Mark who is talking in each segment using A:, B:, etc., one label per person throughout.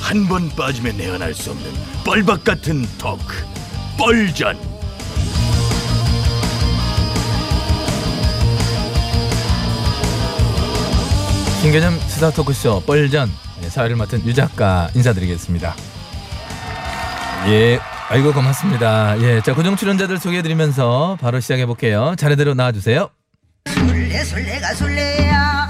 A: 한 번 빠지면 내안할 수 없는 뻘박 같은 토크 뻘전
B: 신개념 시사 토크쇼 뻘전 네, 사회를 맡은 유 작가 인사드리겠습니다. 예, 아이고 고맙습니다. 예, 자 고정 출연자들 소개해드리면서 바로 시작해 볼게요. 자리대로 나와주세요.
C: 술래 술래가 술래야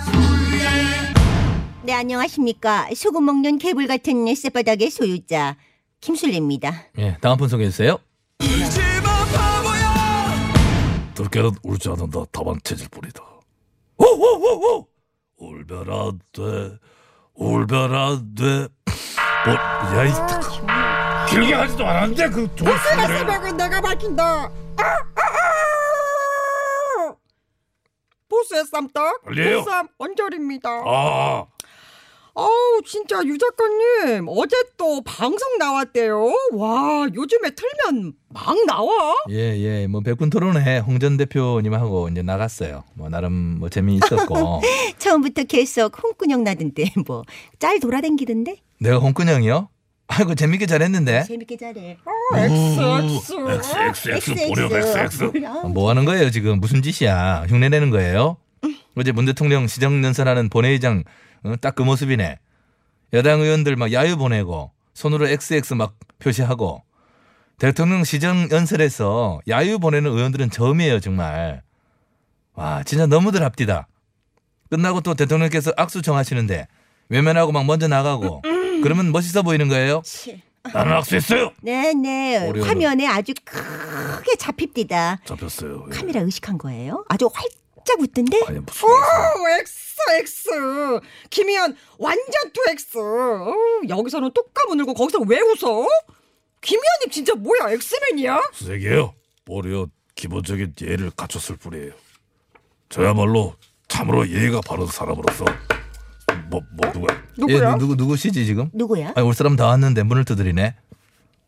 C: 네 안녕하십니까 소금 먹는 개불 같은 쌔바닥의 소유자 김술래입니다
B: 예, 다음 분 소개해주세요.
A: 들깨는 울지 않는다 다만 체질 뿐이다 오오오오 울면 안돼 울면 안돼 뭐, 야이 길게 하지도 않았는데 그 조수를
C: 내가 밝힌다
D: 아, 보스의 쌈떡
A: 알려요.
D: 보쌈 원절입니다.
A: 아
D: 아우 진짜 유 작가님 어제 또 방송 나왔대요. 와 요즘에 틀면 막 나와.
B: 예, 예, 뭐 백분 토론회 홍전 대표님하고 이제 나갔어요. 뭐 나름 뭐 재미 있었고
C: 처음부터 계속 홍군형 나던데 뭐 짤 돌아댕기던데
B: 내가 홍근영이요. 아이고 재밌게
D: 네?
B: 잘했는데
C: 재밌게 잘해
D: 아, 엑스 엑스.
A: XXX 보려 XX
D: 음.
B: 아, 뭐 하는 거예요 지금 무슨 짓이야 흉내내는 거예요 어제 문 대통령 시정연설하는 본회의장 딱 그 모습이네 여당 의원들 막 야유 보내고 손으로 XX 막 표시하고 대통령 시정연설에서 야유 보내는 의원들은 처음이에요 정말 와 진짜 너무들 합디다 끝나고 또 대통령께서 악수 청하시는데 외면하고 막 먼저 나가고 그러면 멋있어 보이는 거예요
A: 나는 악수했어요
C: 네네
B: 어려워.
C: 화면에 아주 크게 잡힙디다
A: 잡혔어요 예.
C: 카메라 의식한 거예요 아주 활짝 웃던데
A: 아니 무슨
D: 오 엑스 엑스. 김희연 완전 투 엑스. 어, 여기서는 뚝 까무늘고 거기서 왜 웃어? 김희연님 진짜 뭐야 엑스맨이야?
A: 수색이에요 보려 기본적인 예를 갖췄을 뿐이에요 저야말로 참으로 예의가 바른 사람으로서 뭐, 뭐 누구야
D: 누구야?
B: 예, 누구 누구시지 지금
C: 누구야
B: 아올 사람 다 왔는데 문을 두드리네.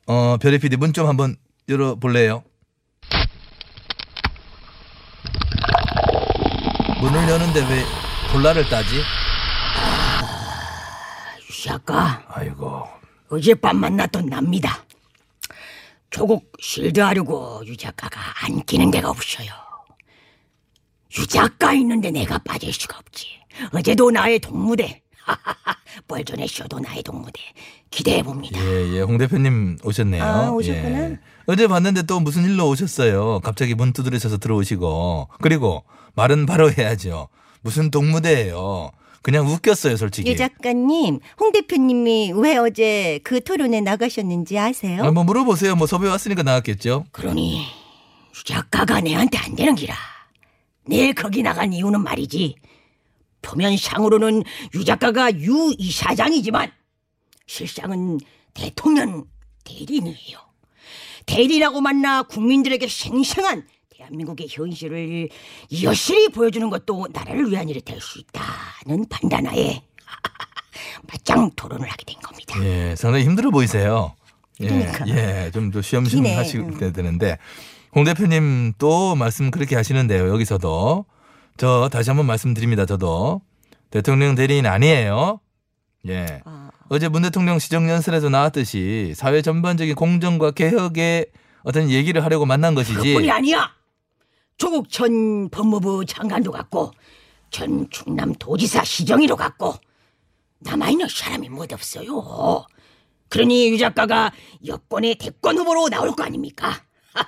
B: 어, 별의 PD 문 좀 한번 열어 볼래요? 문을 여는데 왜 콜라를 따지?
D: 작가
A: 아이고
D: 어젯밤 만났던 납니다. 조국 실드하려고 유 작가가 안 끼는 데가 없어요. 유 작가 있는데 내가 빠질 수가 없지. 어제도 나의 동무대. 뻘전의 쇼도 나의 동무대. 기대해 봅니다.
B: 예, 예, 홍 대표님 오셨네요.
C: 아, 오셨구나.
B: 예. 어제 봤는데 또 무슨 일로 오셨어요? 갑자기 문 두드리셔서 들어오시고. 그리고 말은 바로 해야죠. 무슨 동무대예요. 그냥 웃겼어요, 솔직히.
C: 유 작가님, 홍 대표님이 왜 어제 그 토론에 나가셨는지 아세요?
B: 아, 뭐 물어보세요. 뭐 섭외 왔으니까 나왔겠죠.
D: 그러니 유 작가가 내한테 안 되는 기라. 내일 거기 나간 이유는 말이지. 표면상으로는 유 작가가 유 이사장이지만 실상은 대통령 대리인이에요. 대리라고 만나 국민들에게 생생한 대한민국의 현실을 여실히 보여주는 것도 나라를 위한 일이 될 수 있다는 판단하에 맞짱 토론을 하게 된 겁니다.
B: 예, 상당히 힘들어 보이세요. 예,
C: 그러니까.
B: 예, 좀 더 쉬엄쉬엄
C: 기네. 음.
B: 하시면 되는데 홍 대표님 또 말씀 그렇게 하시는데요. 여기서도 저 다시 한번 말씀드립니다. 저도 대통령 대리인 아니에요. 예.
C: 아,
B: 어제 문 대통령 시정연설에서 나왔듯이 사회 전반적인 공정과 개혁의 어떤 얘기를 하려고 만난 것이지.
D: 뿐이 아니야. 조국 전 법무부 장관도 갔고 전 충남 도지사 시정이도 갔고 남아있는 사람이 못 없어요. 그러니 유 작가가 여권의 대권 후보로 나올 거 아닙니까? 나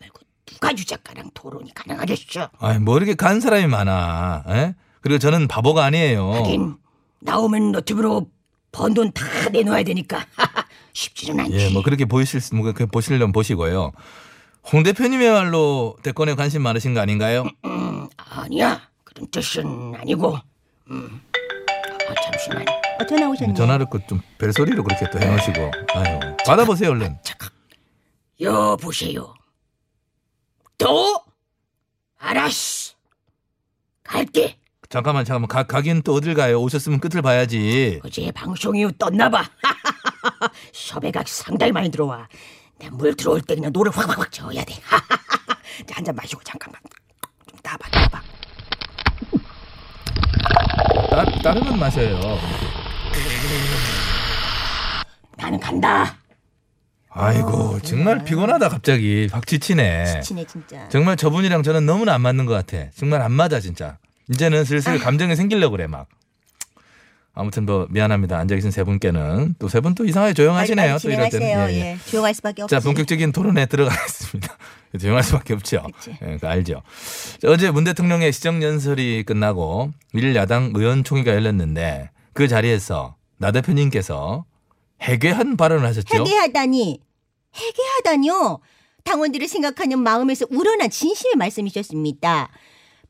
D: 말고 누가 유 작가랑 토론이 가능하겠어?
B: 아이, 뭐 이렇게 간 사람이 많아. 에? 그리고 저는 바보가 아니에요.
D: 하긴
B: 어.
D: 나오면 너튜브로 번 돈 다 내놓아야 되니까 쉽지는 않지.
B: 예, 뭐 그렇게 보이실 수- 뭐 그렇게 보시려면 보시고요. 홍 대표님이야말로 대권에 관심 많으신 거 아닌가요?
D: 음, 아니야 그런 뜻은 아니고. 음. 아, 잠시만.
C: 어, 전화 오셨네요.
B: 전화를 그좀 벨소리로 그렇게 또 해놓으시고 아유 받아보세요 얼른.
D: 잠깐. 여보세요. 또? 알았어. 갈게.
B: 잠깐만 잠깐만 가, 가긴 또 어딜 가요? 오셨으면 끝을 봐야지.
D: 어제 방송 이후 떴나봐. 섭외가 상당히 많이 들어와. 내 물 들어올 때 그냥 노를 확확확 저어야 돼. 한 잔 마시고 잠깐만. 좀 따봐, 따봐.
B: 따, 다른 건 마셔요.
D: 나는 간다.
B: 아이고 정말 피곤하다 갑자기 박지치네.
C: 지치네 진짜.
B: 정말 저분이랑 저는 너무나 안 맞는 것 같아. 정말 안 맞아 진짜. 이제는 슬슬 감정이 생기려고 그래 막. 아무튼 뭐 미안합니다. 앉아 계신 세 분께는 또 세 분 또 이상하게 조용하시네요.
C: 빨리빨리
B: 또 이럴 때는.
C: 진행하세요.
B: 예, 예.
C: 예. 조용할 수밖에 없지.
B: 자, 본격적인 토론에 들어가겠습니다. 조용할 수밖에 없죠.
C: 그치.
B: 예, 그거 알죠. 자, 어제 문 대통령의 시정연설이 끝나고 1야당 의원총회가 열렸는데 그 자리에서 나 대표님께서 해괴한 발언을 하셨죠.
C: 해괴하다니. 해괴하다니요. 당원들을 생각하는 마음에서 우러난 진심의 말씀이셨습니다.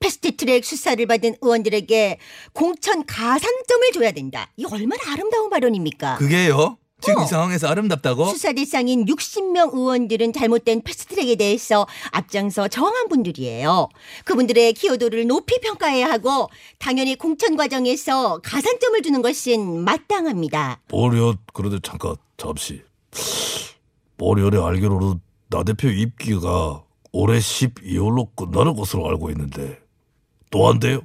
C: 패스트트랙 수사를 받은 의원들에게 공천 가산점을 줘야 된다. 이 얼마나 아름다운 발언입니까?
B: 그게요? 지금
C: 어.
B: 이 상황에서 아름답다고?
C: 수사 대상인 60명 의원들은 잘못된 패스트트랙에 대해서 앞장서 저항한 분들이에요. 그분들의 기여도를 높이 평가해야 하고 당연히 공천 과정에서 가산점을 주는 것은 마땅합니다.
A: 보려 그런데 잠깐 잠시 보려를 알기로는 나 대표 입기가 올해 12월로 끝나는 것으로 알고 있는데 또 안 돼요?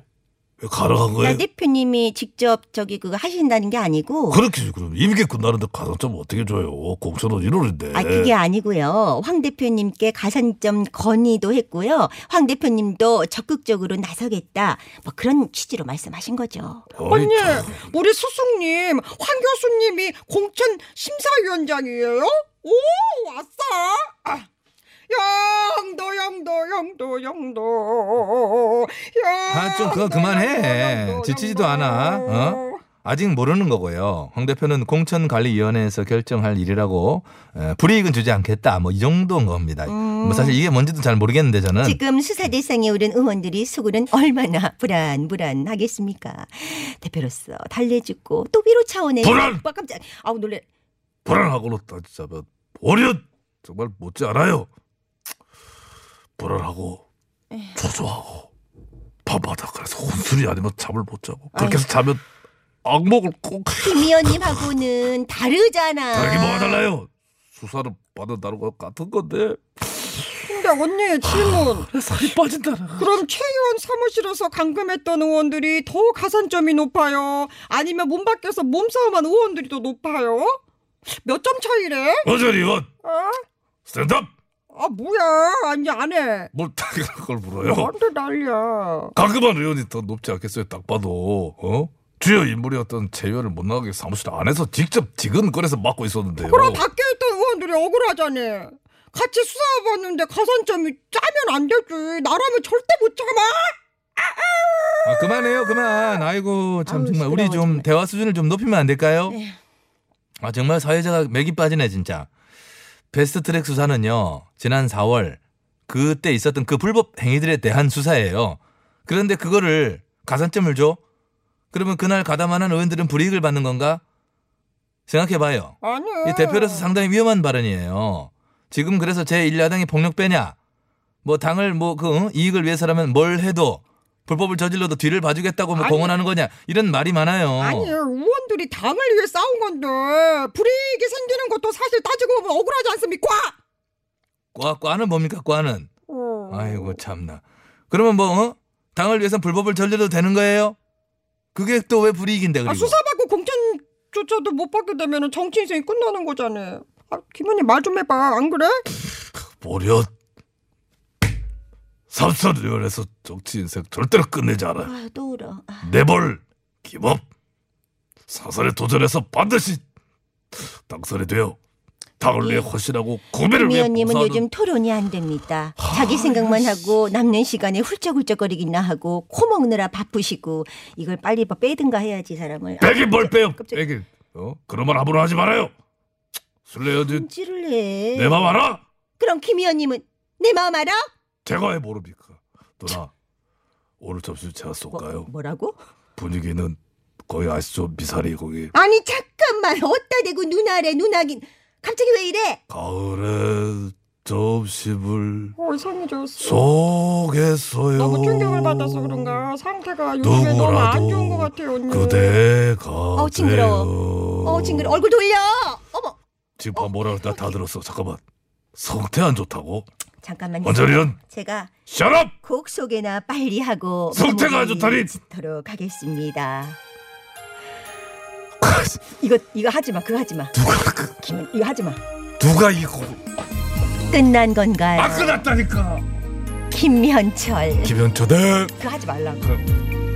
A: 가능한
C: 나
A: 거예요?
C: 대표님이 직접 저기 그거 하신다는 게 아니고
A: 그렇게 그럼 입기 끝나는데 가산점 어떻게 줘요? 공천은 1월인데
C: 아 그게 아니고요. 황 대표님께 가산점 건의도 했고요. 황 대표님도 적극적으로 나서겠다. 뭐 그런 취지로 말씀하신 거죠.
A: 아니,
E: 언니,
A: 참.
E: 우리 수숙님, 황 교수님이 공천 심사위원장이에요? 오, 왔어! 아, 영도, 영도, 영도, 영도.
B: 아, 좀 그거 그만해. 지치지도 않아. 어? 아직 모르는 거고요. 황 대표는 공천관리위원회에서 결정할 일이라고 에, 불이익은 주지 않겠다. 뭐 이 정도인 겁니다.
A: 네.
C: 음.
B: 뭐 사실 이게 뭔지도 잘 모르겠는데 저는
C: 지금 수사 대상에 오른 의원들이 속으로는 얼마나 불안불안하겠습니까? 대표로서 달래주고 또 위로 차원의
A: 불안!
C: 빡 깜짝 아우 놀래.
A: 불안하고로 따지자면 보려 뭐 정말 못지 않아요. 불안하고 초조하고 밤마다 그래서 혼술이 아니면 잠을 못 자고 그렇게 해서 자면 악몽을 꼭
C: 김 의원님하고는 다르잖아.
A: 다르게 뭐가 달라요? 수사를 받는다는 거 같은 건데
E: 근데 언니 질문.
A: 살이 빠진다.
E: 그럼 최 의원 사무실에서 감금했던 의원들이 더 가산점이 높아요? 아니면 몸 밖에서 몸싸움한 의원들이 더 높아요? 몇 점 차이래?
A: 어전 의원
E: 어?
A: 스탠드업
E: 아 뭐야? 아니 안 해.
A: 뭘 당연한 걸 물어요.
E: 완전 난리야.
A: 강금한 의원이 더 높지 않겠어요? 딱 봐도 어 주요 인물이었던 최 의원을 못 나가게 사무실 안에서 직접 지근거려서 막고 있었는데요.
E: 그럼 밖에 있던 의원들이 억울하잖아. 같이 수사해봤는데 가산점이 짜면 안 되지. 나라면 절대 못 참아.
B: 아, 그만해요, 그만. 아이고 참
C: 아우,
B: 정말 우리
C: 시끄러워,
B: 좀
C: 정말.
B: 대화 수준을 좀 높이면 안 될까요? 아 정말 사회자가 맥이 빠지네 진짜. 베스트트랙 수사는요 지난 4월 그때 있었던 그 불법 행위들에 대한 수사예요. 그런데 그거를 가산점을 줘? 그러면 그날 가담하는 의원들은 불이익을 받는 건가? 생각해봐요.
E: 아니.
B: 이 대표로서
E: 음.
B: 상당히 위험한 발언이에요. 지금 그래서 제1야당이 폭력 빼냐? 뭐 당을 뭐 그 이익을 위해서라면 뭘 해도 불법을 저질러도 뒤를 봐주겠다고 뭐
E: 아니.
B: 공언하는 거냐? 이런 말이 많아요.
E: 아니 의원들이 당을 위해 싸운 건데 불이익이 생기는 것도 사실 따지고 보면 억울하지 않습니까?
B: 과, 과는 뭡니까? 과는.
E: 어.
B: 아이고 참나. 그러면 뭐 어? 당을 위해선 불법을 저질러도 되는 거예요? 그게 또 왜 불이익인데 그리고.
E: 아, 수사받고 공천조차도 못 받게 되면 정치 인생이 끝나는 거잖아. 아, 김현이 말 좀 해봐. 안 그래?
A: 보려 삼선 의원에서
C: 아,
A: 정치 인생 절대로 끝내지 않아요.
C: 아또 울어. 아,
A: 내벌 김업 사선에 도전해서 반드시 당선이 되어 당을 위해 헌신하고 국민을 위해
C: 의원님은
A: 봉사하는
C: 예. 요즘 토론이 안 됩니다. 자기 생각만 하고 남는 시간에 훌쩍훌쩍거리기나 하고 코 먹느라 바쁘시고 이걸 빨리 뭐 빼든가 해야지 사람을. 아,
A: 백인 뭘 빼요
C: 깜짝이야.
A: 백인 어? 그런 말 함부로 하지 말아요 술래여진
C: 찌를 해.
A: 내 맘 알아?
C: 그럼 김 의원님은 내 마음 알아?
A: 제가 왜 모릅니까 누나 오늘 점심 제가 쏠까요?
C: 뭐, 라고
A: 분위기는 거의 아시죠 미사리 거기
C: 아니 잠깐만 어따 대고 누나래 누나긴 갑자기 왜 이래?
A: 가을에 점심을
E: 어, 이상해졌어.
A: 속에서요
E: 너무 충격을 받아서 그런가 상태가 요즘에 너무 안 좋은 것 같아요 언니.
A: 그대가
C: 어우, 징그러워. 어 징그러 얼굴 돌려. 어머
A: 지금 밥 뭐라 그랬다 다 들었어 잠깐만 성태 안 좋다고?
C: 잠깐만요.
A: 원전이는
C: 제가
A: 샤랍
C: 곡 소개나 빨리 하고
A: 성태가
C: 마무리
A: 아주 다리-
C: 짓도록 하겠습니다. 이거 이거 하지 마. 그거 하지 마.
A: 누가 그
C: 김, 이거 하지 마.
A: 누가 이거
C: 끝난 건가요?
A: 아 끝났다니까
C: 김현철.
A: 김현철 대
C: 그거 하지 말라고.
A: 그-